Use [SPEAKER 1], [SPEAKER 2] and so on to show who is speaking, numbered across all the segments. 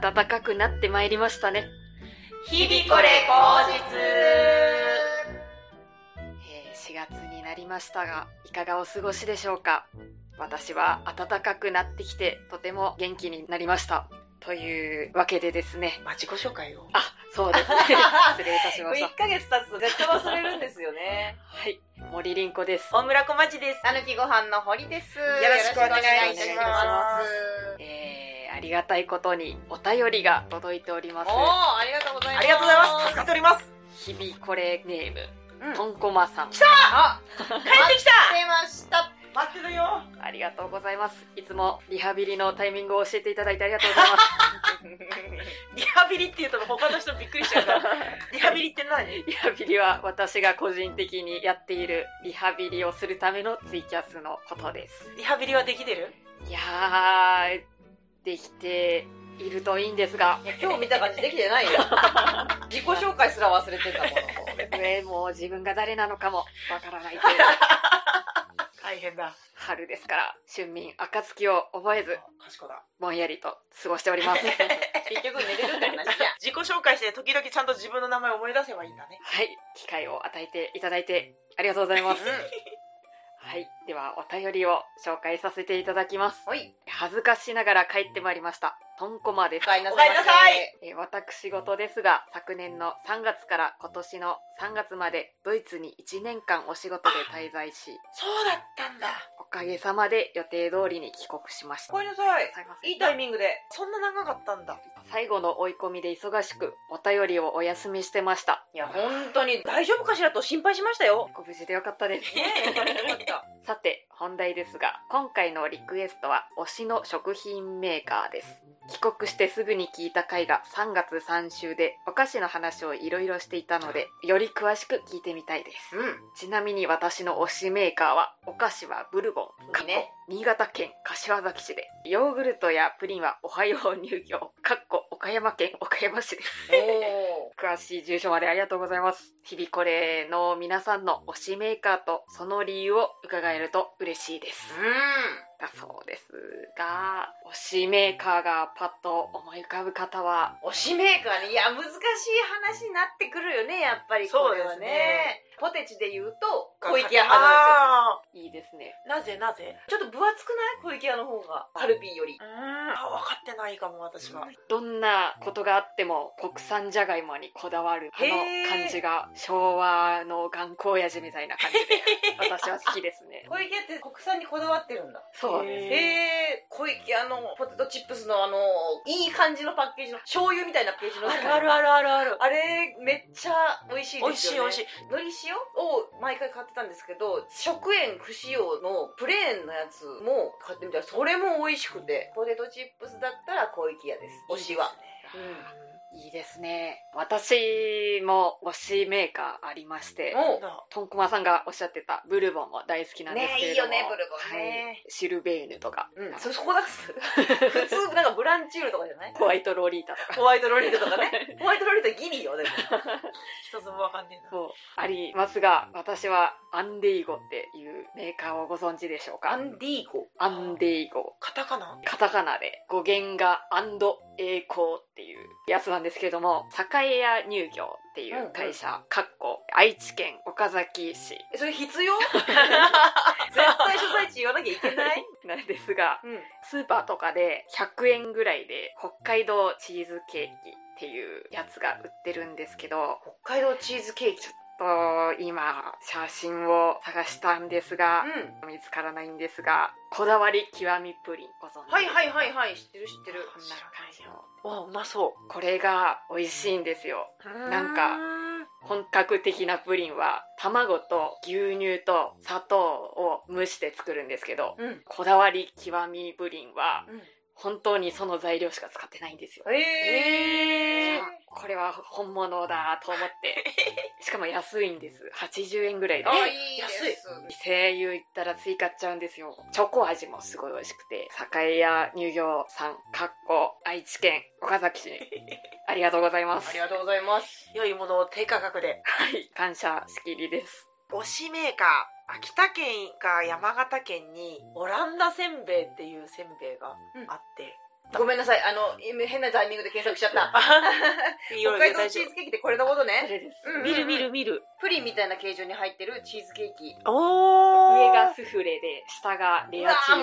[SPEAKER 1] 暖かくなってまいりましたね。
[SPEAKER 2] 日々これ口実
[SPEAKER 1] えー4月になりましたが、いかがお過ごしでしょうか私は暖かくなってきて、とても元気になりました。というわけでですね。
[SPEAKER 2] まあ、自己紹介を。
[SPEAKER 1] あ、そうです ね。失礼いたしました
[SPEAKER 2] 1。ヶ月経つと絶対忘れるんですよ ね。
[SPEAKER 1] はい。森凛子です。
[SPEAKER 2] 大村こまちです。
[SPEAKER 3] たぬきご飯の堀です。よ
[SPEAKER 2] ろしくお願い
[SPEAKER 1] しますえー、ありがたいことにお便りが届いておりま
[SPEAKER 3] おー、ありがとうござ
[SPEAKER 2] あ
[SPEAKER 3] います。
[SPEAKER 2] りがとうございます。助かっております。
[SPEAKER 1] す。日々これネーム、
[SPEAKER 3] うん
[SPEAKER 1] とんこまさん。
[SPEAKER 3] あ、
[SPEAKER 2] 帰ってきた
[SPEAKER 3] 出ました。
[SPEAKER 2] 待ってるよ。
[SPEAKER 1] ありがとうございます。いつもリハビリのタイミングを教えていただいてありがとうございます。
[SPEAKER 2] リハビリって言うと他の人びっくりしちゃう から。リハビリって何
[SPEAKER 1] リハビリは私が個人的にやっているリハビリをするためのツイキャスのことです。
[SPEAKER 2] リハビリはできてる
[SPEAKER 1] いやー、できているといいんですが、
[SPEAKER 3] 今日見た感じできてないよ。 自己紹介すら忘れてたもの。
[SPEAKER 1] ねもう自分が誰なのかもわからないという
[SPEAKER 2] 大変だ。
[SPEAKER 1] 春ですから、春眠暁を覚えず、
[SPEAKER 2] 賢だ。
[SPEAKER 1] ぼんやりと過ごしております。
[SPEAKER 3] 結局寝れるって話じ
[SPEAKER 2] 自己
[SPEAKER 3] ゃん。
[SPEAKER 2] 紹介して時々ちゃんと自分の名前を思い出せばいいんだね。
[SPEAKER 1] はい、機会を与えていただいてありがとうございます。はい、ではお便りを紹介させていただきます。
[SPEAKER 3] ほい、
[SPEAKER 1] 恥ずかしながら帰ってまいりました。とんこまです
[SPEAKER 3] お。かえりな
[SPEAKER 2] おかえ
[SPEAKER 3] さい。
[SPEAKER 2] りなさい。
[SPEAKER 1] えー私事ですが昨年の3月から今年の3月までドイツに1年間お仕事で滞在し
[SPEAKER 2] そうだったんだ。
[SPEAKER 1] おかげさまで予定通りに帰国しまし
[SPEAKER 2] お
[SPEAKER 1] た
[SPEAKER 2] かえりなさい。
[SPEAKER 1] すいません
[SPEAKER 2] いいタイミングで。そんな長かったんだ。
[SPEAKER 1] 最後の追い込みで忙しくお便りをお休みしてました
[SPEAKER 3] いや、本当に大丈夫かしらと心配しましたよ。
[SPEAKER 1] ご無事でよかったです
[SPEAKER 3] よかった。
[SPEAKER 1] さて本題ですが今回のリクエストは推しの食品メーカーです帰国してすぐに聞いた回が3月3週でお菓子の話をいろいろしていたのでより詳しく聞いてみたいです
[SPEAKER 3] うん。
[SPEAKER 1] ちなみに私の推しメーカーはお菓子はブルボン
[SPEAKER 3] いいね
[SPEAKER 1] 新潟県柏崎市でヨーグルトやプリンはおはよう乳業かっこ岡山県岡山市です
[SPEAKER 3] お
[SPEAKER 1] 詳しい住所までありがとうございます日々これの皆さんの推しメーカーとその理由を伺えると嬉しいです
[SPEAKER 3] ー。う
[SPEAKER 1] だそうですが推しメーカーがパッと思い浮かぶ方は
[SPEAKER 3] ん。推しメーカーね。いや、難しい話になってくるよね、やっぱりこれは
[SPEAKER 2] そうです
[SPEAKER 3] ね
[SPEAKER 2] ね。
[SPEAKER 3] ポテチで言うと、小池屋派なん
[SPEAKER 2] あ
[SPEAKER 3] で
[SPEAKER 1] いいですね
[SPEAKER 2] ーなぜなぜ
[SPEAKER 3] すよ。ちょっと分厚くない小池屋の方が。カルビーより
[SPEAKER 2] う。ーん。あ、分かってないかも、私は。
[SPEAKER 1] どんなことがあっても国産じゃがいもにこだわるあの
[SPEAKER 2] へー
[SPEAKER 1] 感じが昭和の頑固親父みたいな感じで私は好きですね。
[SPEAKER 3] 小池屋って国産にこだわってるんだ。
[SPEAKER 1] そう
[SPEAKER 2] へ
[SPEAKER 1] で
[SPEAKER 2] ー
[SPEAKER 3] へえ、小池あのポテトチップスのあのいい感じのパッケージの醤油みたいなパッケージの
[SPEAKER 2] あるあるあるある。
[SPEAKER 3] あれめっちゃ美味しい
[SPEAKER 2] 美
[SPEAKER 3] で
[SPEAKER 2] 味しい
[SPEAKER 3] す
[SPEAKER 2] 美
[SPEAKER 3] よね
[SPEAKER 2] 味しい。
[SPEAKER 3] のり塩を毎回買ってたんですけど食塩不使用のプレーンのやつも買ってみたらそれも美味しくてポテトチップスだったら小池屋です推しは
[SPEAKER 1] うんいいですね。私も推しメーカーありまして、
[SPEAKER 3] お
[SPEAKER 2] な
[SPEAKER 1] とんこまさんがおっしゃってたブルボンも大好きなんですけれども。
[SPEAKER 3] ねいいよねブルボンね
[SPEAKER 1] はいシルベーヌとか、
[SPEAKER 3] うんそそこだっ す普通なんかブランチュールとかじゃない
[SPEAKER 1] ホワイトロリータとか。
[SPEAKER 3] ホワイトロリータ とかねホワイトロリータギリ よでも
[SPEAKER 2] 一つもわかんねえな。
[SPEAKER 1] そうありますが私はアンデイゴっていうメーカーをご存知でしょう
[SPEAKER 3] ア
[SPEAKER 1] か
[SPEAKER 3] ンディーゴ
[SPEAKER 1] アンデイゴ
[SPEAKER 2] カタカナ
[SPEAKER 1] カタカナで語源がアンド栄光っていうやつなんですけれども栄屋乳業っていう会社かっこ愛知県岡崎市
[SPEAKER 3] えそれ必 要絶対所在地言わなきゃいけない
[SPEAKER 1] なんですが
[SPEAKER 3] うん
[SPEAKER 1] スーパーとかで100円ぐらいで北海道チーズケーキっていうやつが売ってるんですけど
[SPEAKER 3] 北海道チーズケーキ
[SPEAKER 1] と今写真を探したんですが
[SPEAKER 3] う
[SPEAKER 1] 見つからないんですがこだわり極みプリンご存
[SPEAKER 3] ん
[SPEAKER 1] 知
[SPEAKER 3] はいはいはいいはい知ってる知ってる
[SPEAKER 1] こんな感じの
[SPEAKER 2] わあ、うまそ
[SPEAKER 1] これが美味しいんですよ
[SPEAKER 2] う。
[SPEAKER 1] なんか本格的なプリンは卵と牛乳と砂糖を蒸して作るんですけど
[SPEAKER 3] うん、
[SPEAKER 1] こだわり極みプリンは
[SPEAKER 3] うん、
[SPEAKER 1] 本当にその材料しか使ってないんですよ。
[SPEAKER 3] えー、
[SPEAKER 1] これは本物だと思 ってしかも安いんです80円ぐらいで
[SPEAKER 3] あ
[SPEAKER 2] え
[SPEAKER 3] いいです
[SPEAKER 1] 声優行ったら追加買っちゃうんですよチョコ味もすごい美味しくて栄屋乳業さんかっこ愛知県岡崎 市ありがとうございます
[SPEAKER 3] ありがとうございます
[SPEAKER 2] 良いものを低価格で。
[SPEAKER 1] はい感謝しきりです
[SPEAKER 2] 推しメーカー。秋田県か山形県にオランダせんべいっていうせんべいがあって、
[SPEAKER 3] ごめんなさい。あの、今変なタイミングで検索しちゃ った。
[SPEAKER 2] いいよ
[SPEAKER 3] 北
[SPEAKER 2] いいよ大
[SPEAKER 3] 海道
[SPEAKER 2] 丈
[SPEAKER 3] チー
[SPEAKER 2] 夫
[SPEAKER 3] ズケーキってこれのこと
[SPEAKER 1] そ
[SPEAKER 3] ね。
[SPEAKER 1] れです、
[SPEAKER 3] うん
[SPEAKER 2] 見る見る見る
[SPEAKER 3] プリンみたいな形状に入ってるチーズケーキ。
[SPEAKER 2] おー
[SPEAKER 1] 上がスフレで下が
[SPEAKER 3] う
[SPEAKER 1] レ
[SPEAKER 3] わ
[SPEAKER 1] アチー
[SPEAKER 3] ー
[SPEAKER 1] ズ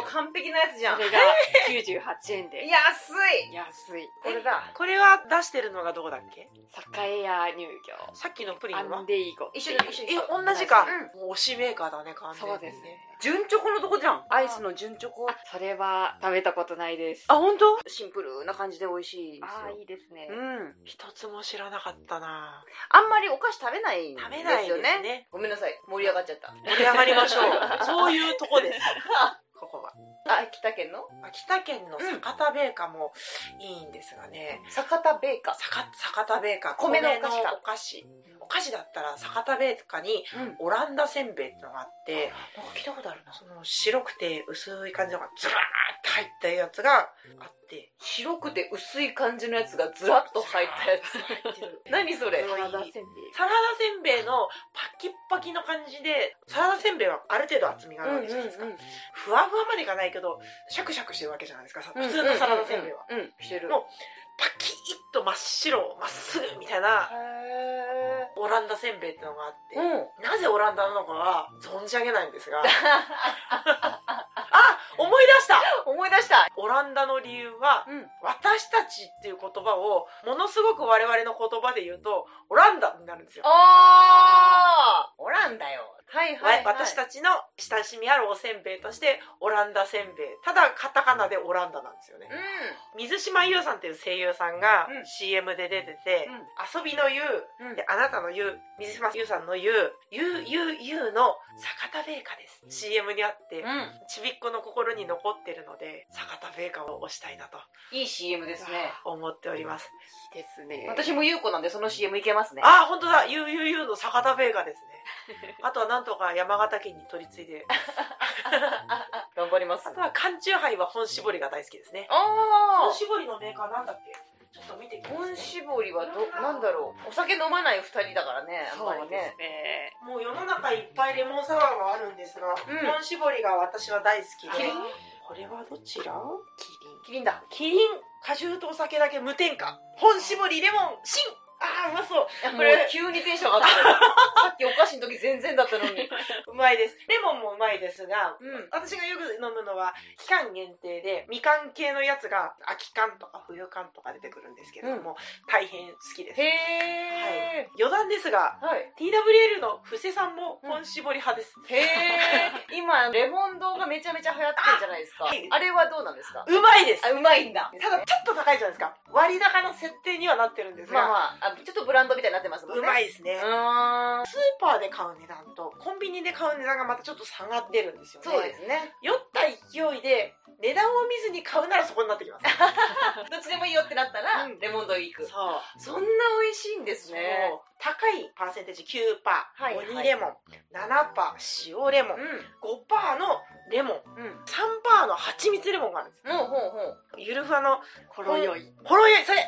[SPEAKER 1] な
[SPEAKER 3] う
[SPEAKER 1] んですよ
[SPEAKER 3] 完璧なやつじゃん。
[SPEAKER 1] そ
[SPEAKER 3] 安
[SPEAKER 1] れが98円で
[SPEAKER 3] い
[SPEAKER 1] 安い
[SPEAKER 3] これだ。
[SPEAKER 2] これは出してるのがどこだっけ
[SPEAKER 1] 栄屋乳業
[SPEAKER 2] さっきのプリン
[SPEAKER 1] アン
[SPEAKER 2] は
[SPEAKER 1] デイゴ
[SPEAKER 3] 一緒に一緒
[SPEAKER 2] え
[SPEAKER 3] に。
[SPEAKER 2] 同じか、
[SPEAKER 3] う
[SPEAKER 2] もう推しメーカーだね完全に
[SPEAKER 1] そうですね
[SPEAKER 3] 純チョコのとこじゃん。アイスの純チョコ。
[SPEAKER 1] それは食べたことないです
[SPEAKER 2] あ本当
[SPEAKER 3] シンプルな感じで美味しいですよ。
[SPEAKER 1] あーいいですね、
[SPEAKER 3] うん。
[SPEAKER 2] 一つも知らなかったな
[SPEAKER 3] あんまりお菓子食べないんです
[SPEAKER 2] 食べ
[SPEAKER 3] よ
[SPEAKER 2] ないです
[SPEAKER 3] ね。
[SPEAKER 2] ね
[SPEAKER 3] ごめんなさい。盛り上がっちゃ った。
[SPEAKER 2] 盛り上がりましょ うそういうとこですここは
[SPEAKER 3] あ、北県の
[SPEAKER 2] 秋田県の酒田米菓もいいんですがね、
[SPEAKER 3] 坂田ベーカー。
[SPEAKER 2] 酒酒田米菓
[SPEAKER 3] 米のお菓子か
[SPEAKER 2] お菓子お菓子だったら酒田米菓に
[SPEAKER 3] うん。なんか
[SPEAKER 2] オランダせんべいってのがあって
[SPEAKER 3] 聞いたことあるな。
[SPEAKER 2] その白くて薄い感じのがズラーって入ったやつがあって
[SPEAKER 3] 白くて薄い感じのやつがずらっと入ったやつ。
[SPEAKER 2] 入ってる
[SPEAKER 3] 何それ
[SPEAKER 2] うわ
[SPEAKER 1] サラダせんべい
[SPEAKER 2] サラダせんべいのパキッパキの感じでサラダせんべいはある程度厚みがあるわけじゃないですか、ふわふわまでいかないけどシャクシャクしてるわけじゃないですかさ普通のサラダせんべいは、
[SPEAKER 3] うんうんしてる
[SPEAKER 2] のパキッと真っ白まっすぐみたいな
[SPEAKER 3] へ
[SPEAKER 2] オランダせんべいってのがあって、
[SPEAKER 3] ーうん
[SPEAKER 2] なぜオランダなのかは存じ上げないんです があ思い出した
[SPEAKER 3] 思い出した
[SPEAKER 2] オランダの理由は
[SPEAKER 3] うん
[SPEAKER 2] 私たちっていう言葉をものすごく我々の言葉で言うとオランダになるんですよ
[SPEAKER 3] あーオランダよはいはい、はい、
[SPEAKER 2] 私たちの親しみあるおせんべいとしてオランダせんべいただカタカナでオランダなんですよね
[SPEAKER 3] うん
[SPEAKER 2] 水島優さんっていう声優さんが
[SPEAKER 3] うん
[SPEAKER 2] CM で出てて、
[SPEAKER 3] うん
[SPEAKER 2] 遊びの優
[SPEAKER 3] うん
[SPEAKER 2] であなたの優水島優さんの優優優優の坂田米菓です CM にあって、
[SPEAKER 3] うん
[SPEAKER 2] ちびっ子の心に残ってるので坂田米菓を推したいなと
[SPEAKER 3] いい CM ですね
[SPEAKER 2] 思っております
[SPEAKER 1] いいですね
[SPEAKER 3] 私も優子なんでその CM いけますね
[SPEAKER 2] ああ本当だ UUU の坂田米菓です ねあとはなんとか山形県に取り継いで
[SPEAKER 3] 頑張ります
[SPEAKER 2] あとは缶チューハイは本絞りが大好きですね
[SPEAKER 3] あ
[SPEAKER 2] 本絞りのメーカーなんだっけちょっと見てき
[SPEAKER 3] ー
[SPEAKER 2] ます、
[SPEAKER 3] 本絞りはどなんだろうお酒飲まない二人だからねあんま
[SPEAKER 1] そう
[SPEAKER 3] り
[SPEAKER 1] です
[SPEAKER 3] ね
[SPEAKER 1] ね
[SPEAKER 2] もう世の中いっぱいレモンサワーがあるんですが、
[SPEAKER 3] うん
[SPEAKER 2] 本絞りが私は大好き
[SPEAKER 3] キ
[SPEAKER 2] で
[SPEAKER 3] リン
[SPEAKER 2] これはどちら
[SPEAKER 1] キリン
[SPEAKER 3] キリンだ
[SPEAKER 2] キリン果汁とお酒だけ無添加本絞りレモンシンあーうまそうこ
[SPEAKER 3] もう
[SPEAKER 2] れ
[SPEAKER 3] 急にテンション上 がってるさっきお菓子の時全然だったのに
[SPEAKER 2] うまいですレモンもうまいですが
[SPEAKER 3] うん
[SPEAKER 2] 私がよく飲むのは期間限定でみかん系のやつが秋缶とか冬缶とか出てくるんですけれども、大変好きです
[SPEAKER 3] へえ
[SPEAKER 2] 余談ですが
[SPEAKER 3] はい、
[SPEAKER 2] TWL の布施さんも本絞り派です、
[SPEAKER 3] へえ今レモン丼がめちゃめちゃ流行ってるじゃないですかあ,、
[SPEAKER 2] はい
[SPEAKER 3] れはどうなんですか
[SPEAKER 2] うまいです
[SPEAKER 3] あうまいんだ
[SPEAKER 2] ただちょっと高いじゃないですか割高の設定にはなってるんですが、
[SPEAKER 3] まあまああちょっとブランドみたいになってますもんね
[SPEAKER 2] うま
[SPEAKER 3] い
[SPEAKER 2] いですね、
[SPEAKER 3] う
[SPEAKER 2] スー
[SPEAKER 3] ーん
[SPEAKER 2] パーで買う値段とコンビニで買う値段がまたちょっと下がってるんですよね
[SPEAKER 3] そうですね
[SPEAKER 2] 酔った勢いで値段を見ずに買うならそこになってきます
[SPEAKER 3] どっちでもいいよってなったら、
[SPEAKER 2] うん
[SPEAKER 3] レモン丼行く
[SPEAKER 2] そう
[SPEAKER 3] そんな美味しいんです
[SPEAKER 2] そう
[SPEAKER 3] ね
[SPEAKER 2] 高いパーセンテージ9%、
[SPEAKER 3] いはい
[SPEAKER 2] 鬼レモン7%塩レモン5%のレモン
[SPEAKER 3] うんうん
[SPEAKER 2] 3%の蜂蜜レモンがあるんですよ
[SPEAKER 3] ほうほうほう
[SPEAKER 2] ゆるふわの
[SPEAKER 1] ほろ酔い
[SPEAKER 2] ほろ酔いそれ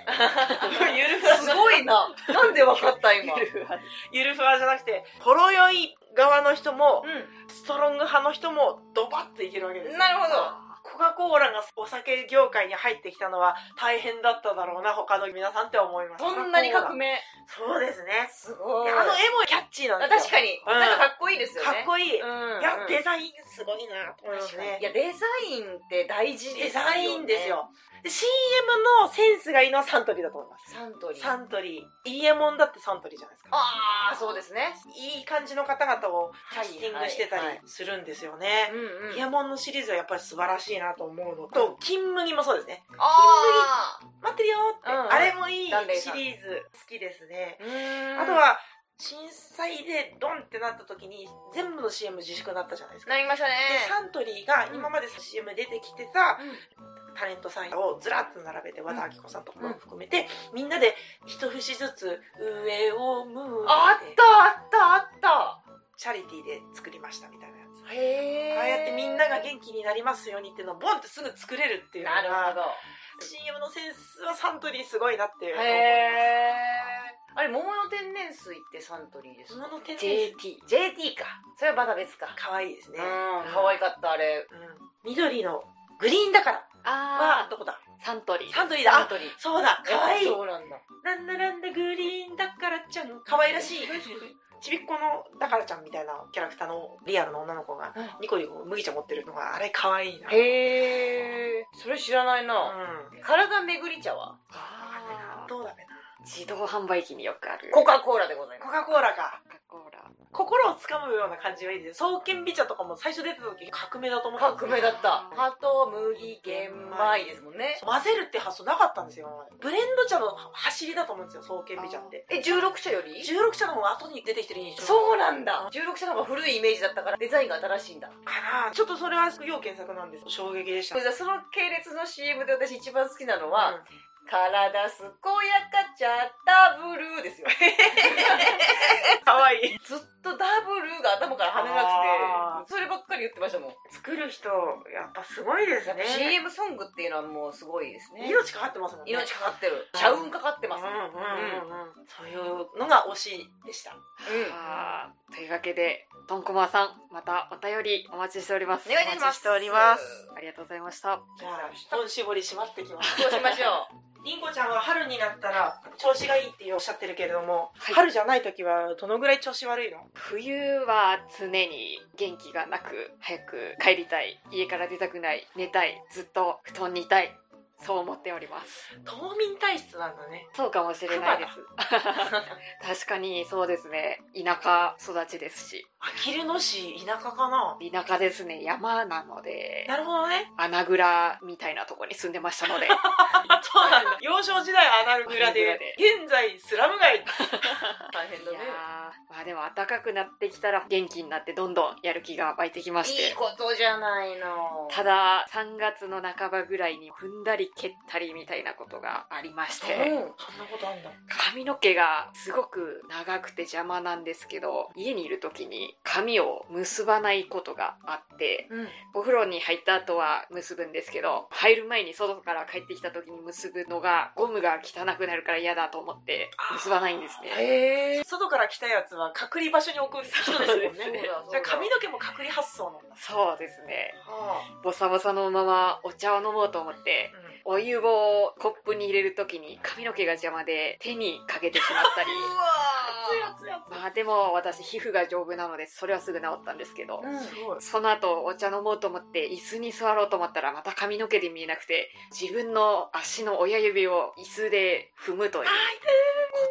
[SPEAKER 3] ゆるふわすごいななんでわかった今
[SPEAKER 1] ゆるふわ
[SPEAKER 2] ゆるふわじゃなくてほろ酔い側の人も
[SPEAKER 3] う
[SPEAKER 2] ストロング派の人もドバッといけるわけですよ
[SPEAKER 3] なるほど
[SPEAKER 2] コカ・コーラがお酒業界に入ってきたのは大変だっただろうな他の皆さんって思います
[SPEAKER 3] そんなに
[SPEAKER 2] コ
[SPEAKER 3] 革
[SPEAKER 2] カコー
[SPEAKER 3] 命
[SPEAKER 2] ラそうですね
[SPEAKER 3] すご
[SPEAKER 2] いやあの絵もキャッチーなんです
[SPEAKER 3] 確
[SPEAKER 2] よ
[SPEAKER 3] か
[SPEAKER 2] う
[SPEAKER 3] に、
[SPEAKER 2] ん
[SPEAKER 3] なんかかっこいいですよね
[SPEAKER 2] かっこいい、
[SPEAKER 3] うん
[SPEAKER 2] いや、
[SPEAKER 3] うん
[SPEAKER 2] デザインすごいなと思いますね
[SPEAKER 3] いやデザインって大事
[SPEAKER 2] デ
[SPEAKER 3] ですよ、ね、
[SPEAKER 2] ザインですよ。で CM のセンスがいいのはサントリーだと思います。
[SPEAKER 3] サントリー
[SPEAKER 2] サントリー。イエモンだってサントリーじゃないですか。
[SPEAKER 3] ああそうですね
[SPEAKER 2] いい感じの方々をキャスティングしてた
[SPEAKER 3] はいはい
[SPEAKER 2] りするんですよね。
[SPEAKER 3] ん
[SPEAKER 2] イエモンのシリーズはやっぱり素晴らしいなと思うのと、金麦もそうですね。
[SPEAKER 3] あ
[SPEAKER 2] 待ってるよって、
[SPEAKER 3] うんうん
[SPEAKER 2] あれもいい
[SPEAKER 3] 檀れい
[SPEAKER 2] シ
[SPEAKER 3] さん
[SPEAKER 2] リーズ好きですね。
[SPEAKER 3] あ
[SPEAKER 2] あとは、震災でドンってなった時に全部の CM 自粛になったじゃないですか。
[SPEAKER 3] なりましたね
[SPEAKER 2] でサントリーが今まで CM 出てきてた
[SPEAKER 3] うん
[SPEAKER 2] タレントさんをずらっと並べて和田アキ子さんとかも含めてみんなで一節ずつ上を向い
[SPEAKER 3] あ
[SPEAKER 2] て
[SPEAKER 3] ったあったあっ
[SPEAKER 2] チャリティーで作りましたみたいなやつ
[SPEAKER 3] たへえ
[SPEAKER 2] ああやってみんなが元気になりますようにっていうのをボンってすぐ作れるっていうの
[SPEAKER 3] なるほ
[SPEAKER 2] が
[SPEAKER 3] ど
[SPEAKER 2] CM のセンスはサントリーすごいなって思い
[SPEAKER 3] へえあれ桃の天然水ってサントリーです
[SPEAKER 2] ます
[SPEAKER 3] か
[SPEAKER 2] 物の手
[SPEAKER 1] JT
[SPEAKER 3] JT かそれはまだ別か
[SPEAKER 2] かわいいです
[SPEAKER 3] う
[SPEAKER 2] ね
[SPEAKER 3] ん可愛かったあれ
[SPEAKER 2] うん緑のグリーンだから
[SPEAKER 1] あ
[SPEAKER 2] はどこだ
[SPEAKER 1] ーサントリー
[SPEAKER 2] サントリーだあ
[SPEAKER 3] トリー
[SPEAKER 2] そうだかわいい
[SPEAKER 3] そうなんだ
[SPEAKER 2] なんだなんだグリーンだからちゃんかわいらしいちびっこのだからちゃんみたいなキャラクターのリアルの女の子がニコニコ麦茶持ってるのがあれかわいいな
[SPEAKER 3] へえそれ知らないうな、
[SPEAKER 2] ん
[SPEAKER 3] 体めぐり茶は
[SPEAKER 1] あー
[SPEAKER 2] どうだべな
[SPEAKER 1] 自動販売機によくある
[SPEAKER 3] コカ・コーラでございま
[SPEAKER 2] コ
[SPEAKER 3] す
[SPEAKER 2] カ・コーラか
[SPEAKER 1] コカコーラ
[SPEAKER 2] 心をつかむような感じがいいです創建美茶とかも最初出た時革命だと思ったんです
[SPEAKER 3] 革命だった「ハト麦玄米」ですもんね
[SPEAKER 2] 混ぜるって発想なかったんですよ今までブレンド茶の走りだと思うんですよ創建美茶って
[SPEAKER 3] え16社より
[SPEAKER 2] 16茶の方が後に出てきてる印象
[SPEAKER 3] そうなんだ16社の方が古いイメージだったからデザインが新しいんだ
[SPEAKER 2] かなちょっとそれは要検索なんです衝撃でした、
[SPEAKER 3] その系列の CM で私一番好きなのは「体健やかチャッタブルー」ですよ
[SPEAKER 2] かわいい
[SPEAKER 3] ずっとダブルーが頭から離れな
[SPEAKER 2] あ
[SPEAKER 3] くてそればっかり言ってましたもん
[SPEAKER 2] 作る人やっぱすごいです
[SPEAKER 3] やっぱ
[SPEAKER 2] ね
[SPEAKER 3] CM ソングっていうのはもうすごいですね
[SPEAKER 2] 命かかってますもんね
[SPEAKER 3] 命
[SPEAKER 2] か
[SPEAKER 3] かかってる社運かかってますね
[SPEAKER 2] うんうんうんうんそういうのが推しでした
[SPEAKER 3] うん
[SPEAKER 1] あーというわけでとんこまさんまたお便りお待ちしております
[SPEAKER 3] お願いし
[SPEAKER 2] お
[SPEAKER 3] ま
[SPEAKER 2] 待ち
[SPEAKER 3] す
[SPEAKER 2] しております
[SPEAKER 1] ありがとうございました
[SPEAKER 2] じゃあ本絞り締まってきます
[SPEAKER 3] そうしましょ
[SPEAKER 2] りんこちゃんは春になったら調子がいいっておっしゃってるけれども、
[SPEAKER 1] はい
[SPEAKER 2] 春じゃない時はどのぐらい調子悪いの
[SPEAKER 1] 冬は常に元気がなく早く帰りたい家から出たくない寝たいずっと布団にいたいそう思っております
[SPEAKER 2] 冬眠体質なんだね
[SPEAKER 1] そうかもしれないです 確かにそうですね田舎育ちですし
[SPEAKER 2] あきる野市田舎かな
[SPEAKER 1] 田舎ですね山なので
[SPEAKER 2] なるほどね
[SPEAKER 1] 穴蔵みたいなとこに住んでましたの で
[SPEAKER 2] そうなんだ幼少時代はアナル村
[SPEAKER 1] アナ
[SPEAKER 2] で
[SPEAKER 1] ル
[SPEAKER 2] 現在スラム街
[SPEAKER 3] う大変
[SPEAKER 1] いやーまあでも暖かくなってきたら元気になってどんどんやる気が湧いてきまして
[SPEAKER 3] いいことじゃないの
[SPEAKER 1] ただ3月の半ばぐらいに踏んだり蹴ったりみたいなことがありまして
[SPEAKER 3] うん
[SPEAKER 2] そんなことあんだ
[SPEAKER 1] 髪の毛がすごく長くて邪魔なんですけど家にいる時に髪を結ばないことがあって
[SPEAKER 3] うん
[SPEAKER 1] お風呂に入った後は結ぶんですけど入る前に外から帰ってきた時に結ぶのがゴムが汚くなるから嫌だと思って結ばないんですね。
[SPEAKER 3] へえ
[SPEAKER 2] 外から来たやつは隔離場所に送る人ですもん
[SPEAKER 1] そうで
[SPEAKER 2] ね
[SPEAKER 1] す
[SPEAKER 2] じゃあ髪の毛も隔離発想なんだ、
[SPEAKER 1] そうですね
[SPEAKER 2] は
[SPEAKER 1] ボサボサのままお茶を飲もうと思ってお湯をコップに入れる時に髪の毛が邪魔で手にかけてしまったり
[SPEAKER 2] あつやつや
[SPEAKER 1] まあでも私皮膚が丈夫なのでそれはすぐ治ったんですけど、
[SPEAKER 3] うん
[SPEAKER 2] つすごい
[SPEAKER 1] その後お茶飲もうと思って椅子に座ろうと思ったらまた髪の毛で見えなくて自分の足の親指を椅子で踏むというこ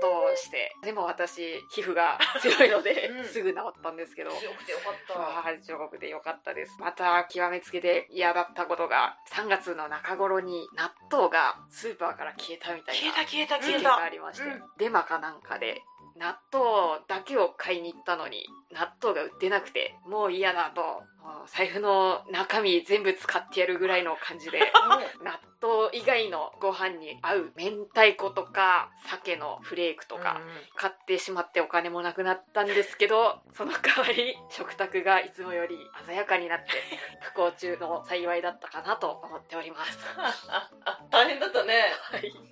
[SPEAKER 1] とをしてでも私皮膚が強いので、
[SPEAKER 3] うん
[SPEAKER 1] すぐ治ったんですけど。
[SPEAKER 3] 強くてよか
[SPEAKER 1] まあ上国でよかったですまた極めつけで嫌だったことが3月の中頃に納豆がスーパーから消えたみたい
[SPEAKER 2] 消え
[SPEAKER 1] な
[SPEAKER 2] た消えた
[SPEAKER 1] 事
[SPEAKER 2] 消え
[SPEAKER 1] 件があ
[SPEAKER 2] た
[SPEAKER 1] りまして、
[SPEAKER 3] うん
[SPEAKER 1] デマかなんかで納豆だけを買いに行ったのに納豆が売ってなくてもう嫌だともう財布の中身全部使ってやるぐらいの感じで
[SPEAKER 3] っ
[SPEAKER 1] 納豆以外のご飯に合う明太子とか鮭のフレークとか、買ってしまってお金もなくなったんですけどその代わり食卓がいつもより鮮やかになって不幸中の幸いだったかなと思っております
[SPEAKER 3] た大変だったね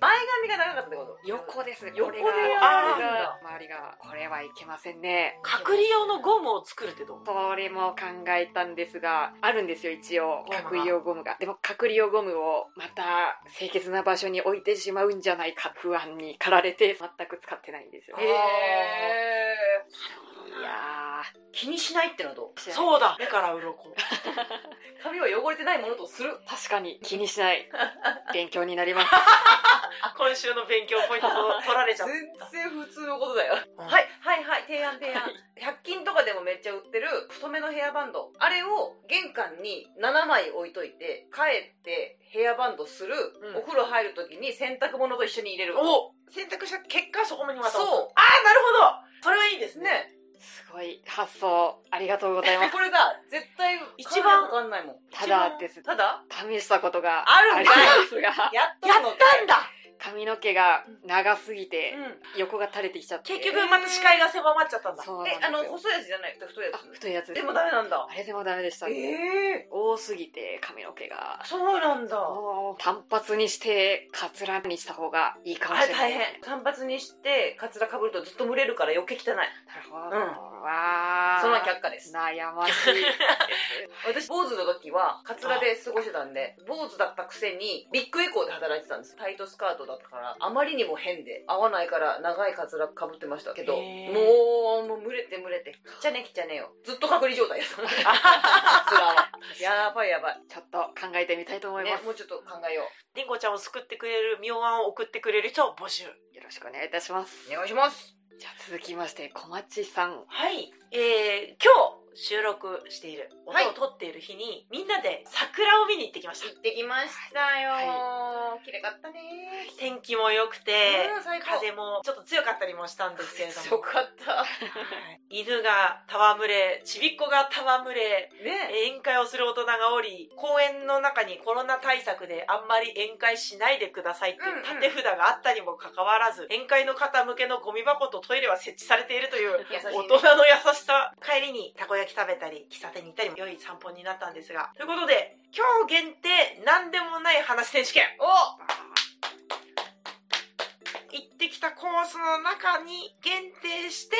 [SPEAKER 3] 前髪が長かったってこと
[SPEAKER 1] 横ですね
[SPEAKER 2] 横
[SPEAKER 1] こ
[SPEAKER 2] で
[SPEAKER 1] れが
[SPEAKER 2] あ
[SPEAKER 1] 周り
[SPEAKER 2] るん
[SPEAKER 1] が周りが
[SPEAKER 2] だ
[SPEAKER 1] これはいけませんね
[SPEAKER 2] 隔離用のゴムを作るってどう
[SPEAKER 1] それも考えたんですがあるんですよ一応
[SPEAKER 2] ゴムが
[SPEAKER 1] 隔離用ゴムがでも隔離用ゴムをまた清潔な場所に置いてしまうんじゃないか不安に駆られて全く使ってないんですよ
[SPEAKER 2] あ
[SPEAKER 1] ね
[SPEAKER 2] ー
[SPEAKER 1] い
[SPEAKER 3] へえ
[SPEAKER 1] や
[SPEAKER 3] 気にしないってのはどう
[SPEAKER 1] ー
[SPEAKER 2] そうだ目から鱗
[SPEAKER 3] 髪は汚れてないものとする
[SPEAKER 1] 確かに気にしない 勉強になります
[SPEAKER 2] 今週の勉強ポイント取られちゃ
[SPEAKER 3] 全
[SPEAKER 2] っ
[SPEAKER 3] 然普通のことだよ、
[SPEAKER 2] た
[SPEAKER 3] はいいはいはい提案提案
[SPEAKER 1] はい
[SPEAKER 3] 100均とかでもめっちゃ売ってる太めのヘアバンドあれを玄関に7枚置いといて帰ってヘアバンドする、
[SPEAKER 2] うん
[SPEAKER 3] お風呂入る時に洗濯物と一緒に入れる
[SPEAKER 2] お選択した結果そこにまた
[SPEAKER 3] そう
[SPEAKER 2] ああなるほどそれはいいですね
[SPEAKER 3] ね
[SPEAKER 1] すごい発想ありがとうございます
[SPEAKER 3] これだ絶対
[SPEAKER 2] 一
[SPEAKER 3] 一
[SPEAKER 2] 番
[SPEAKER 3] 番わかんないもん
[SPEAKER 1] ただです
[SPEAKER 3] ただ
[SPEAKER 1] 試したことが
[SPEAKER 3] あるんかい
[SPEAKER 1] ありますが
[SPEAKER 3] やっと
[SPEAKER 2] や
[SPEAKER 3] る
[SPEAKER 2] っ
[SPEAKER 3] のかい
[SPEAKER 2] たんだ
[SPEAKER 1] 髪の毛が長すぎて
[SPEAKER 2] うん
[SPEAKER 1] 横が垂れてきちゃって
[SPEAKER 2] 結局また視界が狭まっちゃったんだ
[SPEAKER 1] そうなんで
[SPEAKER 3] え、
[SPEAKER 1] す
[SPEAKER 3] あ
[SPEAKER 1] よ
[SPEAKER 3] の、細いやつじゃない太いや
[SPEAKER 1] あ
[SPEAKER 3] つ。
[SPEAKER 1] 太いやつ
[SPEAKER 3] で
[SPEAKER 1] で
[SPEAKER 3] も
[SPEAKER 1] も
[SPEAKER 3] ダメなんだ。
[SPEAKER 1] あれでもダメでしたね、
[SPEAKER 3] ええ
[SPEAKER 1] 多すぎて髪の毛が
[SPEAKER 2] あそうなんだ
[SPEAKER 1] もう単発にしてカツラにした方がいいかも
[SPEAKER 3] あ
[SPEAKER 1] しれ
[SPEAKER 3] れ
[SPEAKER 1] な
[SPEAKER 3] 大
[SPEAKER 1] い
[SPEAKER 3] 変。単発にして、カツラかぶるとずっと蒸れるから余計汚い。
[SPEAKER 1] なるほど、
[SPEAKER 3] うん
[SPEAKER 1] わー
[SPEAKER 3] その却下です。
[SPEAKER 1] 悩ましい
[SPEAKER 3] 私、坊主の時は、カツラで過ごしてたんで、坊主だったくせに、ビッグエコーで働いてたんです。タイトスカートだったから、あまりにも変で、合わないから長いカツラかぶってましたけど、
[SPEAKER 2] へー
[SPEAKER 3] もう、もう蒸れて蒸れて、きっちゃねきっちゃねよ。ずっと隔離状態です。カツラは。やばいやばい。
[SPEAKER 1] ちょっと考えてみたいと思いま
[SPEAKER 3] ね
[SPEAKER 1] す、、
[SPEAKER 3] もうちょっと考えよ
[SPEAKER 2] りんごちゃんを救ってくれる妙案を送ってくれる人を募集
[SPEAKER 1] よろしくお願いいたします
[SPEAKER 3] う。お願いします。
[SPEAKER 1] じゃあ続きまして小町さん
[SPEAKER 2] はい、えー、今日収録している音
[SPEAKER 3] はい
[SPEAKER 2] を撮っている日に、みんなで桜を見に行ってきました
[SPEAKER 3] 行ってきましたよ、綺麗かったね
[SPEAKER 2] 天気も良くて
[SPEAKER 3] うん最高
[SPEAKER 2] 風もちょっと強かったりもしたんですけれど
[SPEAKER 3] よ
[SPEAKER 2] も
[SPEAKER 3] かった
[SPEAKER 2] はい犬が戯れちびっこが戯れ
[SPEAKER 3] ね
[SPEAKER 2] 宴会をする大人がおり公園の中にコロナ対策であんまり宴会しないでくださいっていう縦札があったにもかかわらず、宴会の方向けのゴミ箱とトイレは設置されているという
[SPEAKER 3] 優しい
[SPEAKER 2] 大
[SPEAKER 3] ね
[SPEAKER 2] 人の優しさ帰りにたこ焼き食べたり喫茶店に行ったり良い散歩になったんですがということで今日限定何でもない話選手権
[SPEAKER 3] お
[SPEAKER 2] 行ってきたコースの中に限定して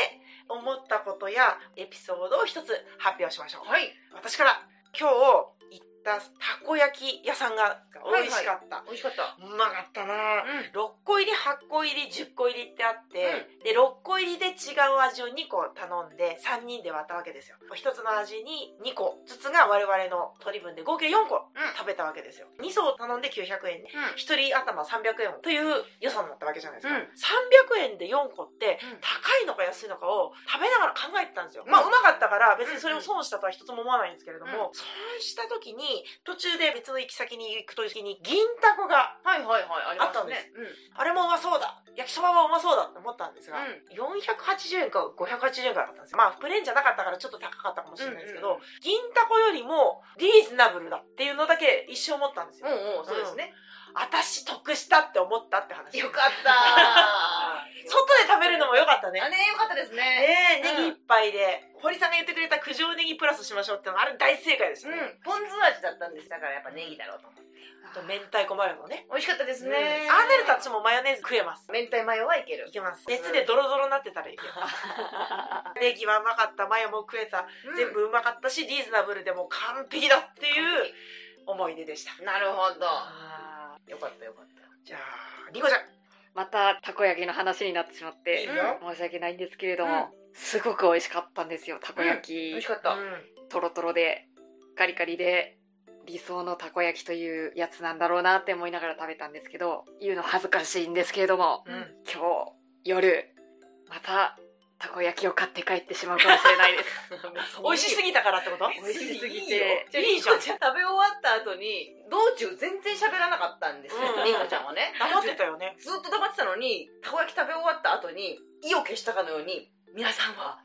[SPEAKER 2] 思ったことやエピソードを一つ発表しましょう。
[SPEAKER 3] はい
[SPEAKER 2] 私から今日行ったたこ焼き屋さんが美味しかった、
[SPEAKER 3] 美味しかった
[SPEAKER 2] うまかったな
[SPEAKER 3] うん
[SPEAKER 2] 6個入り8個入り10個入りってあって、で6個入りで違う味を2個頼んで3人で割ったわけですよ1つの味に2個ずつが我々の取り分で合計4個
[SPEAKER 3] うん
[SPEAKER 2] 食べたわけですよ2層頼んで900円1人頭300円という予算だったわけじゃないですか、
[SPEAKER 3] うん
[SPEAKER 2] 300円で4個って
[SPEAKER 3] うん
[SPEAKER 2] 高いのか安いのかを食べながら考えてたんですよ、
[SPEAKER 3] うん
[SPEAKER 2] まあうまかったから別にそれを損したとは一つも思わないんですけれども、損した時に途中で別の行き先に行く時に銀たこが
[SPEAKER 3] はいはいはいありま
[SPEAKER 2] あった
[SPEAKER 3] す
[SPEAKER 2] んです
[SPEAKER 3] ね
[SPEAKER 2] あれもうまそうだ焼きそばはうまそうだって思ったんですが、
[SPEAKER 3] う
[SPEAKER 2] 480円か580円かだったんですよまあプレーンじゃなかったからちょっと高かったかもしれないですけど、
[SPEAKER 3] うんうんう
[SPEAKER 2] 銀たこよりもリーズナブルだっていうのだけ一生思ったんですよ、
[SPEAKER 3] うんうんうんそうですね
[SPEAKER 2] 私得したって思ったって話
[SPEAKER 3] よか った
[SPEAKER 2] 外で食べるのも良かったね
[SPEAKER 3] あねよかったですね
[SPEAKER 2] ねえ
[SPEAKER 3] う
[SPEAKER 2] ネギいっ
[SPEAKER 3] ん
[SPEAKER 2] ぱいで、堀さんが言ってくれた九条ネギプラスしましょうってのあれ大正解でし
[SPEAKER 3] う
[SPEAKER 2] た
[SPEAKER 3] ん
[SPEAKER 2] ね、
[SPEAKER 3] ポン酢味だったんですだからやっぱネギだろうと思って
[SPEAKER 2] あと 明太子マヨのね
[SPEAKER 3] 美味しかったで
[SPEAKER 2] う
[SPEAKER 3] す
[SPEAKER 2] ん
[SPEAKER 3] ね
[SPEAKER 2] ああなると私もマヨネーズ食えます
[SPEAKER 3] 明太マヨはいける
[SPEAKER 2] いけます熱でドロドロになってたらいけますネギはうまかったマヨも食えた、全部うまかったしリーズナブルでもう完璧だっていう思い出でした
[SPEAKER 3] なるほど
[SPEAKER 2] あ
[SPEAKER 3] よかったよかった
[SPEAKER 2] ーじゃありこちゃん
[SPEAKER 1] またたこ焼きの話になってしまって
[SPEAKER 2] いいよ
[SPEAKER 1] 申し訳ないんですけれども、すごく美味しかったんですよたこ焼き、
[SPEAKER 3] 美味しかった
[SPEAKER 2] うん
[SPEAKER 1] トロトロでカリカリで理想のたこ焼きというやつなんだろうなって思いながら食べたんですけど言うの恥ずかしいんですけれども、
[SPEAKER 2] うん
[SPEAKER 1] 今日夜またたこ焼きを買って帰ってしまうかもしれないです
[SPEAKER 2] 美味しすぎたからってこと
[SPEAKER 1] 美味しすぎて
[SPEAKER 3] じゃあ
[SPEAKER 2] いいじゃん
[SPEAKER 3] りこちゃん食べ終わった後に道中全然喋らなかったんですよ
[SPEAKER 2] うん
[SPEAKER 3] りんこちゃんはね
[SPEAKER 2] 黙ってたよね
[SPEAKER 3] ずっと黙ってたのにたこ焼き食べ終わった後に意を消したかのように皆さんは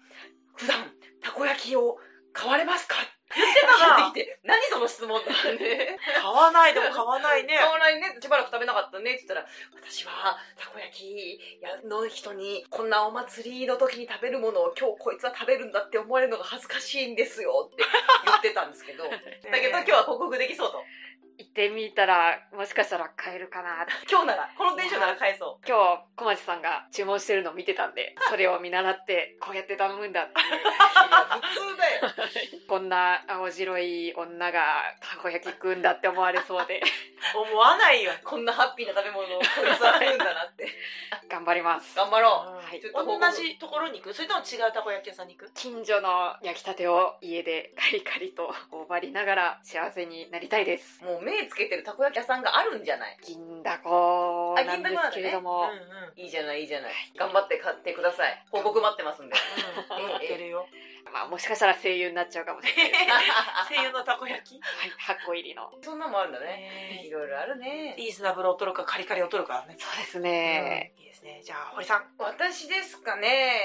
[SPEAKER 3] 普段たこ焼きを買われますか言って
[SPEAKER 2] たな
[SPEAKER 3] 聞いてきて何その質問だね
[SPEAKER 2] 買わないでも買わないね
[SPEAKER 3] 買わないねしばらく食べなかったねって言ったら私はたこ焼き屋の人にこんなお祭りの時に食べるものを今日こいつは食べるんだって思われるのが恥ずかしいんですよって言ってたんですけ どだけど今日は克服できそうと
[SPEAKER 1] 行ってみたらもしかしたら買えるかなって
[SPEAKER 3] 今日ならこのテンションなら買え そう
[SPEAKER 1] 今日小町さんが注文してるのを見てたんでそれを見習ってこうやって頼むんだっていう
[SPEAKER 3] 普通だよ
[SPEAKER 1] こんな青白い女がたこ焼き食うんだって思われそうで
[SPEAKER 2] 思わないよ
[SPEAKER 3] こんなハッピーな食べ物をこいつは食うんだな って
[SPEAKER 1] 頑張ります
[SPEAKER 3] 頑張ろう
[SPEAKER 2] は
[SPEAKER 1] はい
[SPEAKER 2] い
[SPEAKER 3] ちょっと
[SPEAKER 2] 同
[SPEAKER 3] 報告
[SPEAKER 2] じところに行くそれとも違うたこ焼き屋さんに行く
[SPEAKER 1] 近所の焼きたてを家でカリカリと頬張りながら幸せになりたいです
[SPEAKER 3] もう目つけてるたこ焼き屋さんがあるんじゃない
[SPEAKER 1] 銀だこなんですけれども、
[SPEAKER 2] うんうん
[SPEAKER 3] いいじゃないいいじゃない頑張って買ってください報告待って ますんで
[SPEAKER 2] うん
[SPEAKER 3] ええ
[SPEAKER 2] 出る よ
[SPEAKER 1] まあ、もしかしたら声優になっちゃうかもしれないです、
[SPEAKER 2] 声優のたこ焼き
[SPEAKER 1] はい、8個入りの
[SPEAKER 3] そんなのもあるんだね
[SPEAKER 2] ね
[SPEAKER 3] いろいろあるね
[SPEAKER 2] リーズナブルを取るかカリカリを取るかね
[SPEAKER 1] そうですね、
[SPEAKER 2] うんいいですですね。じゃあ、堀さん。
[SPEAKER 3] 私ですかね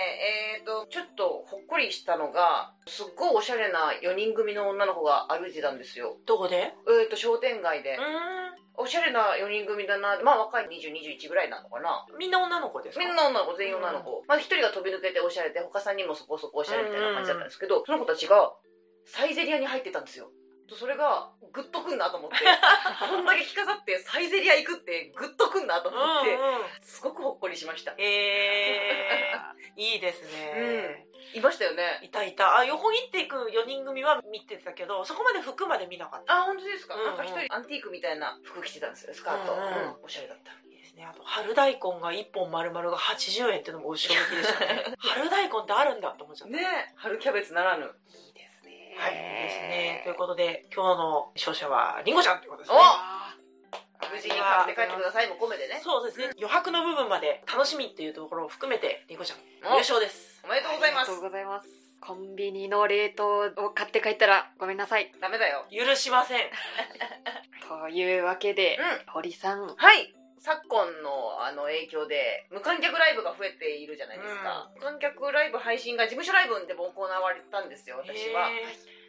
[SPEAKER 3] えー、とちょっとほっこりしたのがすっごいおしゃれな4人組の女の子が歩いてたんですよ
[SPEAKER 2] どこで
[SPEAKER 3] えー、と商店街で
[SPEAKER 2] うー。
[SPEAKER 3] おしゃれな4人組だなまあ若い2021ぐらいなのかなん
[SPEAKER 2] みんな女の子ですか
[SPEAKER 3] みんな女の子全員女の子、まあ1人が飛び抜けておしゃれで他さんにもそこそこおしゃれみたいな感じだったんですけど、その子たちがサイゼリアに入ってたんですよそれがグッとくんなと思ってこんだけ着飾ってサイゼリア行くってグッとくんなと思って、
[SPEAKER 2] うんうん
[SPEAKER 3] すごくほっこりしました
[SPEAKER 2] え ー、いいですね。
[SPEAKER 3] いましたよね
[SPEAKER 2] いたいた。あ、横切っていく4人組は見てたけど、そこまで服まで見なかった。
[SPEAKER 3] あ本当ですか、
[SPEAKER 2] うんうん
[SPEAKER 3] なんか一人アンティークみたいな服着てたんですよスカート、
[SPEAKER 2] うんうん
[SPEAKER 3] うんおしゃれだった
[SPEAKER 2] いいですね。あと、春大根が1本丸々が80円っていうのも衝撃でした ね。春大根ってあるんだって思っちゃった。
[SPEAKER 3] ね春キャベツならぬ
[SPEAKER 1] いいですね。
[SPEAKER 2] はい。いいですね。ということで、今日の勝者は、りんごちゃんってことですね。
[SPEAKER 3] お
[SPEAKER 1] あー
[SPEAKER 3] 無事に買って帰ってくださいも込めてね
[SPEAKER 2] そうですね。余白の部分まで楽しみっていうところを含めて、りんごちゃん、
[SPEAKER 3] お
[SPEAKER 2] 優勝です。
[SPEAKER 3] おめでとうございます
[SPEAKER 1] ありがとうございます。コンビニの冷凍を買って帰ったらごめんなさい。
[SPEAKER 3] ダメだよ
[SPEAKER 2] 許しません。
[SPEAKER 1] というわけで、
[SPEAKER 3] う
[SPEAKER 1] 堀さん、
[SPEAKER 3] はい昨今のあの影響で無観客ライブが増えているじゃないですか、無観客ライブ配信が事務所ライブでも行われたんですよ私は
[SPEAKER 2] へ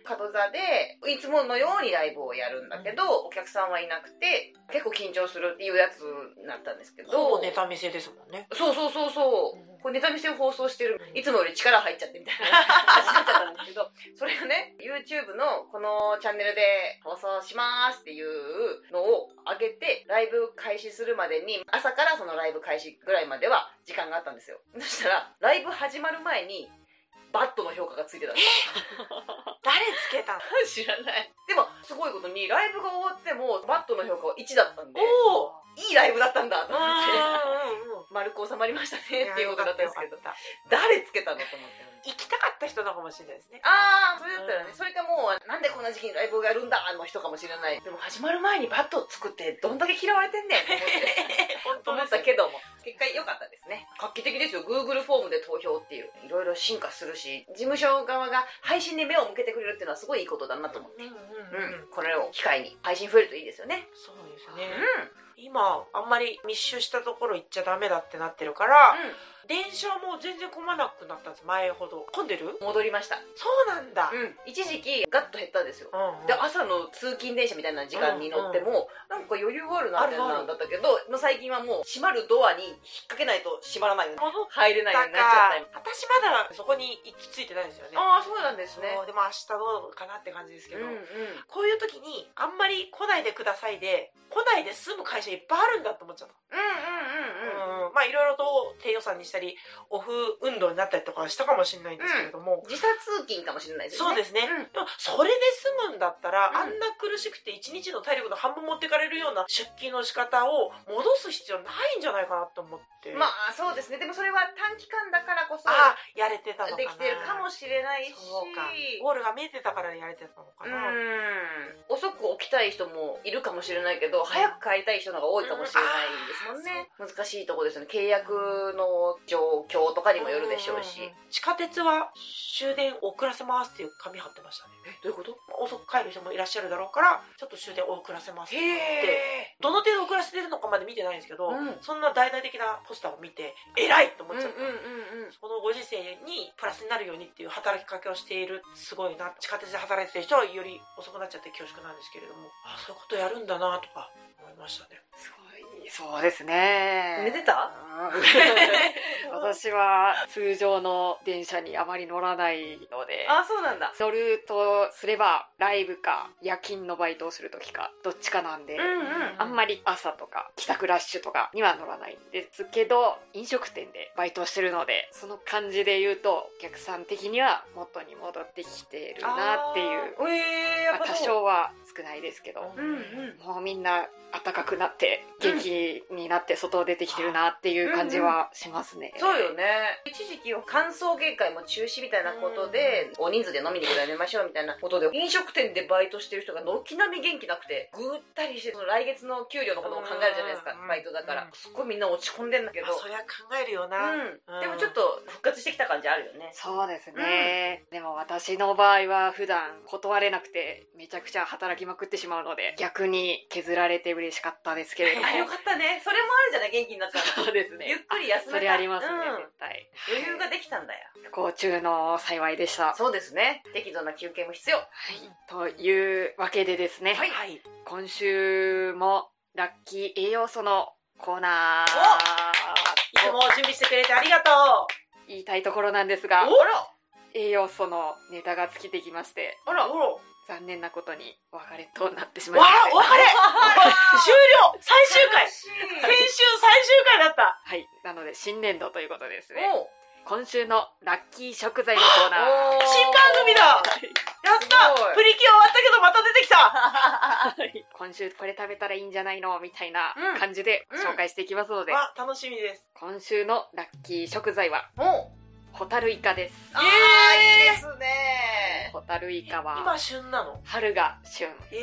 [SPEAKER 3] 角座でいつものようにライブをやるんだけど、お客さんはいなくて結構緊張するっていうやつになったんですけど
[SPEAKER 2] ー。ほぼネタ見せですもんね。
[SPEAKER 3] そうそうそうそう
[SPEAKER 2] うん
[SPEAKER 3] こうネタ見せを放送して
[SPEAKER 2] う
[SPEAKER 3] る
[SPEAKER 2] ん
[SPEAKER 3] いつもより力入っちゃってみたいな感じになっちゃったんですけどそれがね YouTube のこのチャンネルで放送しますっていうのを上げてライブ開始するまでに朝からそのライブ開始ぐらいまでは時間があったんですよそしたらライブ始まる前にバットの評価がついてたんです
[SPEAKER 2] 誰つけたの
[SPEAKER 3] 知らないでもすごいことにライブが終わってもバットの評価は1だったんで
[SPEAKER 2] おー
[SPEAKER 3] いいライブだったんだと思って
[SPEAKER 2] っ
[SPEAKER 3] 丸く収まりましたねっていうことだったんですけど
[SPEAKER 2] 行
[SPEAKER 3] 誰つけたのと思って
[SPEAKER 2] きたかった人なのかもしれないですね
[SPEAKER 3] ああそれだったらね、それかもうなんでこんな時期にライブをやるんだの人かもしれないでも始まる前にバットを作ってどんだけ嫌われてんねんと思って
[SPEAKER 2] 本
[SPEAKER 3] と思ったけども結果良かったですね画期的ですよ Google フォームで投票っていういろいろ進化するし事務所側が配信に目を向けてくれるっていうのはすごいいいことだなと思って、
[SPEAKER 2] うんうん
[SPEAKER 3] う
[SPEAKER 2] うん
[SPEAKER 3] ん、これを機会に配信増えるといいですよね
[SPEAKER 2] そうです
[SPEAKER 3] うん
[SPEAKER 2] ね今あんまり密集したところ行っちゃダメだってなってるから電車も全然混まなくなったんです前ほど混んでる
[SPEAKER 3] 戻りました、
[SPEAKER 2] そうなんだ
[SPEAKER 3] うん、一時期ガッと減ったんですよ
[SPEAKER 2] うんうん
[SPEAKER 3] で朝の通勤電車みたいな時間に乗っても、なんか余裕があるなみたい
[SPEAKER 2] あるある
[SPEAKER 3] なんだったけどもう最近はもう閉まるドアに引っ掛けないと閉まらない
[SPEAKER 2] 戻っ
[SPEAKER 3] 入れな
[SPEAKER 2] た
[SPEAKER 3] い
[SPEAKER 2] か
[SPEAKER 3] ようになっちゃったよ
[SPEAKER 2] 私まだそこに行き着いてないんですよね
[SPEAKER 3] ああそうなんですね
[SPEAKER 2] そうでも明日どうかなって感じですけ
[SPEAKER 3] う
[SPEAKER 2] ど
[SPEAKER 3] んうん
[SPEAKER 2] こういう時にあんまり来ないでくださいで来ないで済む会社いっぱいあるんだと思っちゃった
[SPEAKER 3] うんうんう
[SPEAKER 2] うん
[SPEAKER 3] んうん
[SPEAKER 2] まあいろいろと低予算にしたりオフ運動になったりとかしたかもしれないんですけれども、
[SPEAKER 3] 時差通勤かもしれないですね
[SPEAKER 2] そうですね、
[SPEAKER 3] うん
[SPEAKER 2] でもそれで済むんだったら、
[SPEAKER 3] うん
[SPEAKER 2] あんな苦しくて一日の体力の半分持ってかれるような出勤の仕方を戻す必要ないんじゃないかなと思って
[SPEAKER 3] まあそうですねでもそれは短期間だからこそ
[SPEAKER 2] あやれてたのかな
[SPEAKER 3] できてるかも
[SPEAKER 2] し
[SPEAKER 3] しれないし
[SPEAKER 2] そうかゴールが見えてたからやれてたのか
[SPEAKER 3] う
[SPEAKER 2] な、うん
[SPEAKER 3] ん遅く起きたい人もいるかもしれないけど早く帰りたい人の方が多いかもしれないんですもんね難しいとこですよね契約の状況とかにもよるでしょうし
[SPEAKER 2] ん地下鉄は終電遅らせますっていう紙貼ってましたね
[SPEAKER 3] どういうこと
[SPEAKER 2] 遅く帰る人もいらっしゃるだろうからちょっと終電遅らせますって
[SPEAKER 3] へ
[SPEAKER 2] どの程度遅らせてるのかまで見てないんですけど、
[SPEAKER 3] うん
[SPEAKER 2] そんな大々的なポスターを見て偉いと思っちゃった、
[SPEAKER 3] ん
[SPEAKER 2] このご時世にプラスになるようにっていう働きかけをしているすごいな地下鉄で働いてる人はより遅くなっちゃって恐縮なんですけれどもあそういうことやるんだなとか思いましたね
[SPEAKER 1] すごい、そうですね。
[SPEAKER 3] 寝てた
[SPEAKER 1] うん 私は通常の電車にあまり乗らないので。
[SPEAKER 3] あそうなんだ
[SPEAKER 1] 乗るとすればライブか夜勤のバイトをする時かどっちかなんで、
[SPEAKER 3] うんうん
[SPEAKER 1] あんまり朝とか帰宅ラッシュとかには乗らないんですけど飲食店でバイトをしてるのでその感じで言うとお客さん的には元に戻ってきてるなっていう
[SPEAKER 3] ええや
[SPEAKER 1] ま
[SPEAKER 3] っ
[SPEAKER 1] あ、
[SPEAKER 3] ぱ
[SPEAKER 1] 多
[SPEAKER 3] そう
[SPEAKER 1] 少は少ないですけど
[SPEAKER 2] う
[SPEAKER 3] うんうん
[SPEAKER 1] もうみんな暖かくなって元気になって外を出てきてるなっていう感じはしますね。
[SPEAKER 3] そうよね一時期は歓送迎会も中止みたいなことで大人数で飲みにぐらい飲みましょうみたいなことで飲食店でバイトしてる人が軒並み元気なくてぐったりしてその来月の給料のことも考えるじゃないですか
[SPEAKER 2] うん
[SPEAKER 3] バイトだから
[SPEAKER 2] うん
[SPEAKER 3] すっごいみんな落ち込んでんだけど
[SPEAKER 2] まあそりゃ考えるよな、
[SPEAKER 3] うんでもちょっと復活してきた感じあるよね
[SPEAKER 1] そうですね、でも私の場合は普段断れなくてめちゃくちゃ働きまくってしまうので逆に削られて嬉しかったですけれども
[SPEAKER 3] あ よかったねそれもあるじゃない元気になったの
[SPEAKER 1] そうです
[SPEAKER 3] ゆっ
[SPEAKER 1] ね。
[SPEAKER 3] くり休めた
[SPEAKER 1] それありますね、
[SPEAKER 3] うん
[SPEAKER 1] 絶対。
[SPEAKER 3] 余裕ができたんだよ
[SPEAKER 1] 不幸中の幸いでした。は
[SPEAKER 3] そうですね適度な休憩も必要
[SPEAKER 1] い。というわけでですね、
[SPEAKER 3] はい
[SPEAKER 2] はい。
[SPEAKER 1] 今週もラッキー栄養素のコーナー。
[SPEAKER 2] いつも準備してくれてありがと
[SPEAKER 1] 言いたいところなんです
[SPEAKER 3] あ
[SPEAKER 1] が、
[SPEAKER 3] ら
[SPEAKER 1] 栄養素のネタが尽きてきまして、
[SPEAKER 3] あら
[SPEAKER 2] う。お
[SPEAKER 1] 残念なことにお別れとなってしまい
[SPEAKER 2] わ
[SPEAKER 1] まし
[SPEAKER 2] あ、お
[SPEAKER 1] た。
[SPEAKER 2] 別れ終了最終回先
[SPEAKER 3] 回
[SPEAKER 2] 週最終回だった
[SPEAKER 1] はい。なので、新年度ということですね。
[SPEAKER 3] おう
[SPEAKER 1] 今週のラッキー食材のコーナー。
[SPEAKER 2] 新番組だやった
[SPEAKER 3] すごい
[SPEAKER 2] プリキュア終わったけどまた出 てきた
[SPEAKER 1] はい今週これ食べたらいいんじゃないのみたいな
[SPEAKER 3] うん
[SPEAKER 1] 感じで
[SPEAKER 3] うん
[SPEAKER 1] 紹介していきますので、
[SPEAKER 2] わ、楽しみです。
[SPEAKER 1] 今週のラッキー食材は
[SPEAKER 3] おう
[SPEAKER 1] ホタルイカです
[SPEAKER 3] あー
[SPEAKER 2] えー
[SPEAKER 3] いいですね
[SPEAKER 1] ホタルイカは
[SPEAKER 2] 今旬なの
[SPEAKER 1] 春が旬です
[SPEAKER 2] え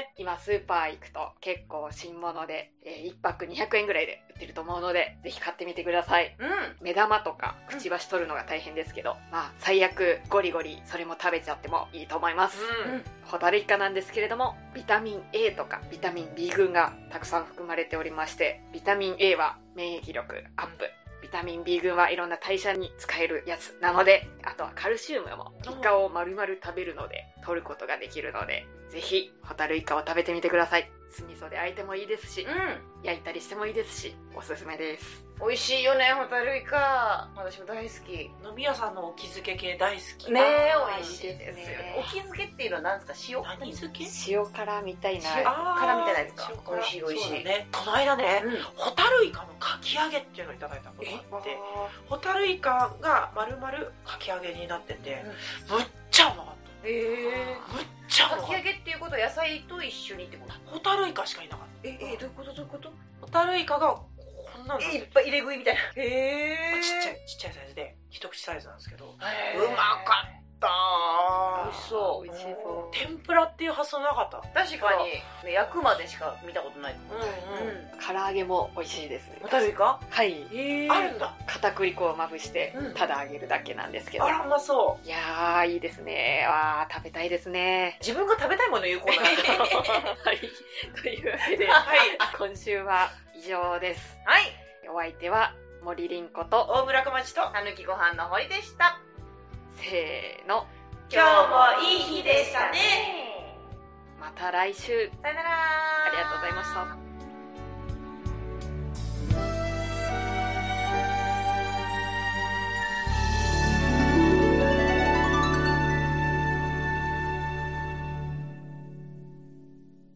[SPEAKER 1] ね今スーパー行くと結構新物で、え1泊200円ぐらいで売ってると思うのでぜひ買ってみてください
[SPEAKER 3] うん
[SPEAKER 1] 目玉とかくちばし取るのが大変ですけど、まあ最悪ゴリゴリそれも食べちゃってもいいと思います、
[SPEAKER 2] ーうん。
[SPEAKER 1] ホタルイカなんですけれどもビタミン A とかビタミン B 群がたくさん含まれておりましてビタミン A は免疫力アップビタミン B 群はいろんな代謝に使えるやつなのであとはカルシウムもイカを丸々食べるので取ることができるのでぜひホタルイカを食べてみてください酢味噌で焼いてもいいですし
[SPEAKER 3] う
[SPEAKER 1] 焼いたりしてもいいですしおすすめです
[SPEAKER 3] ん美味しいよねホタルイカ私も大好き
[SPEAKER 2] 飲み屋さんのお気づけ系大好き。
[SPEAKER 3] ねえ
[SPEAKER 1] あー
[SPEAKER 3] 美味し
[SPEAKER 1] い
[SPEAKER 3] いです
[SPEAKER 1] いです
[SPEAKER 3] よ
[SPEAKER 1] ね
[SPEAKER 3] ねお気づけっていうのは何ですか塩
[SPEAKER 2] 何漬け
[SPEAKER 1] 塩辛みたいな
[SPEAKER 3] 塩
[SPEAKER 2] あー
[SPEAKER 3] 辛みたいなやつか
[SPEAKER 2] 塩辛
[SPEAKER 3] 美味しい美味しい
[SPEAKER 2] そうだね。この間ね、
[SPEAKER 3] うん
[SPEAKER 2] ホタルイカのかき揚げっていうのをいただいたことがあって、ホタルイカが丸々かき揚げになってて、むっちゃうまかっ
[SPEAKER 3] え
[SPEAKER 2] た。むっちゃう
[SPEAKER 3] か
[SPEAKER 2] ま
[SPEAKER 3] き
[SPEAKER 2] かっ
[SPEAKER 3] 揚げっていうことは野菜と一緒にってこと
[SPEAKER 2] た。ホタルイカしかいなかっ
[SPEAKER 3] ええどういうことどういうこと
[SPEAKER 2] た。ホタルイカがこんなんなって
[SPEAKER 3] えい
[SPEAKER 2] て
[SPEAKER 3] っぱい入れ食いみたいなへ
[SPEAKER 2] まあ
[SPEAKER 3] え
[SPEAKER 2] ちっちゃい、ちっちゃいサイズで、一口サイズなんですけど、う
[SPEAKER 3] へー
[SPEAKER 2] まかったー
[SPEAKER 3] 美味しそう
[SPEAKER 1] 美味しそう
[SPEAKER 2] 天ぷらっていう発想なかった。
[SPEAKER 3] 確かにね焼くまでしか見たことない
[SPEAKER 2] うんうん。
[SPEAKER 1] 唐揚げも美味しいです
[SPEAKER 2] ホタルイカ
[SPEAKER 1] はい
[SPEAKER 3] へ
[SPEAKER 2] あるんだ。
[SPEAKER 1] 片栗粉をまぶして
[SPEAKER 3] うん
[SPEAKER 1] ただ揚げるだけなんですけど、
[SPEAKER 2] あら、うまそ
[SPEAKER 1] いやーいいですねわー食べたいです ね
[SPEAKER 3] 自分が食べたいもの有効な
[SPEAKER 1] はいというわけで
[SPEAKER 2] う。はい。
[SPEAKER 1] 今週は以上です
[SPEAKER 3] はい
[SPEAKER 1] お相手は森凛子と
[SPEAKER 2] 大村小町と、
[SPEAKER 3] たぬきご飯の堀でした
[SPEAKER 1] せーの
[SPEAKER 2] 今日もいい日でしたね。
[SPEAKER 1] また来週
[SPEAKER 3] さよなら
[SPEAKER 1] ありがとうございました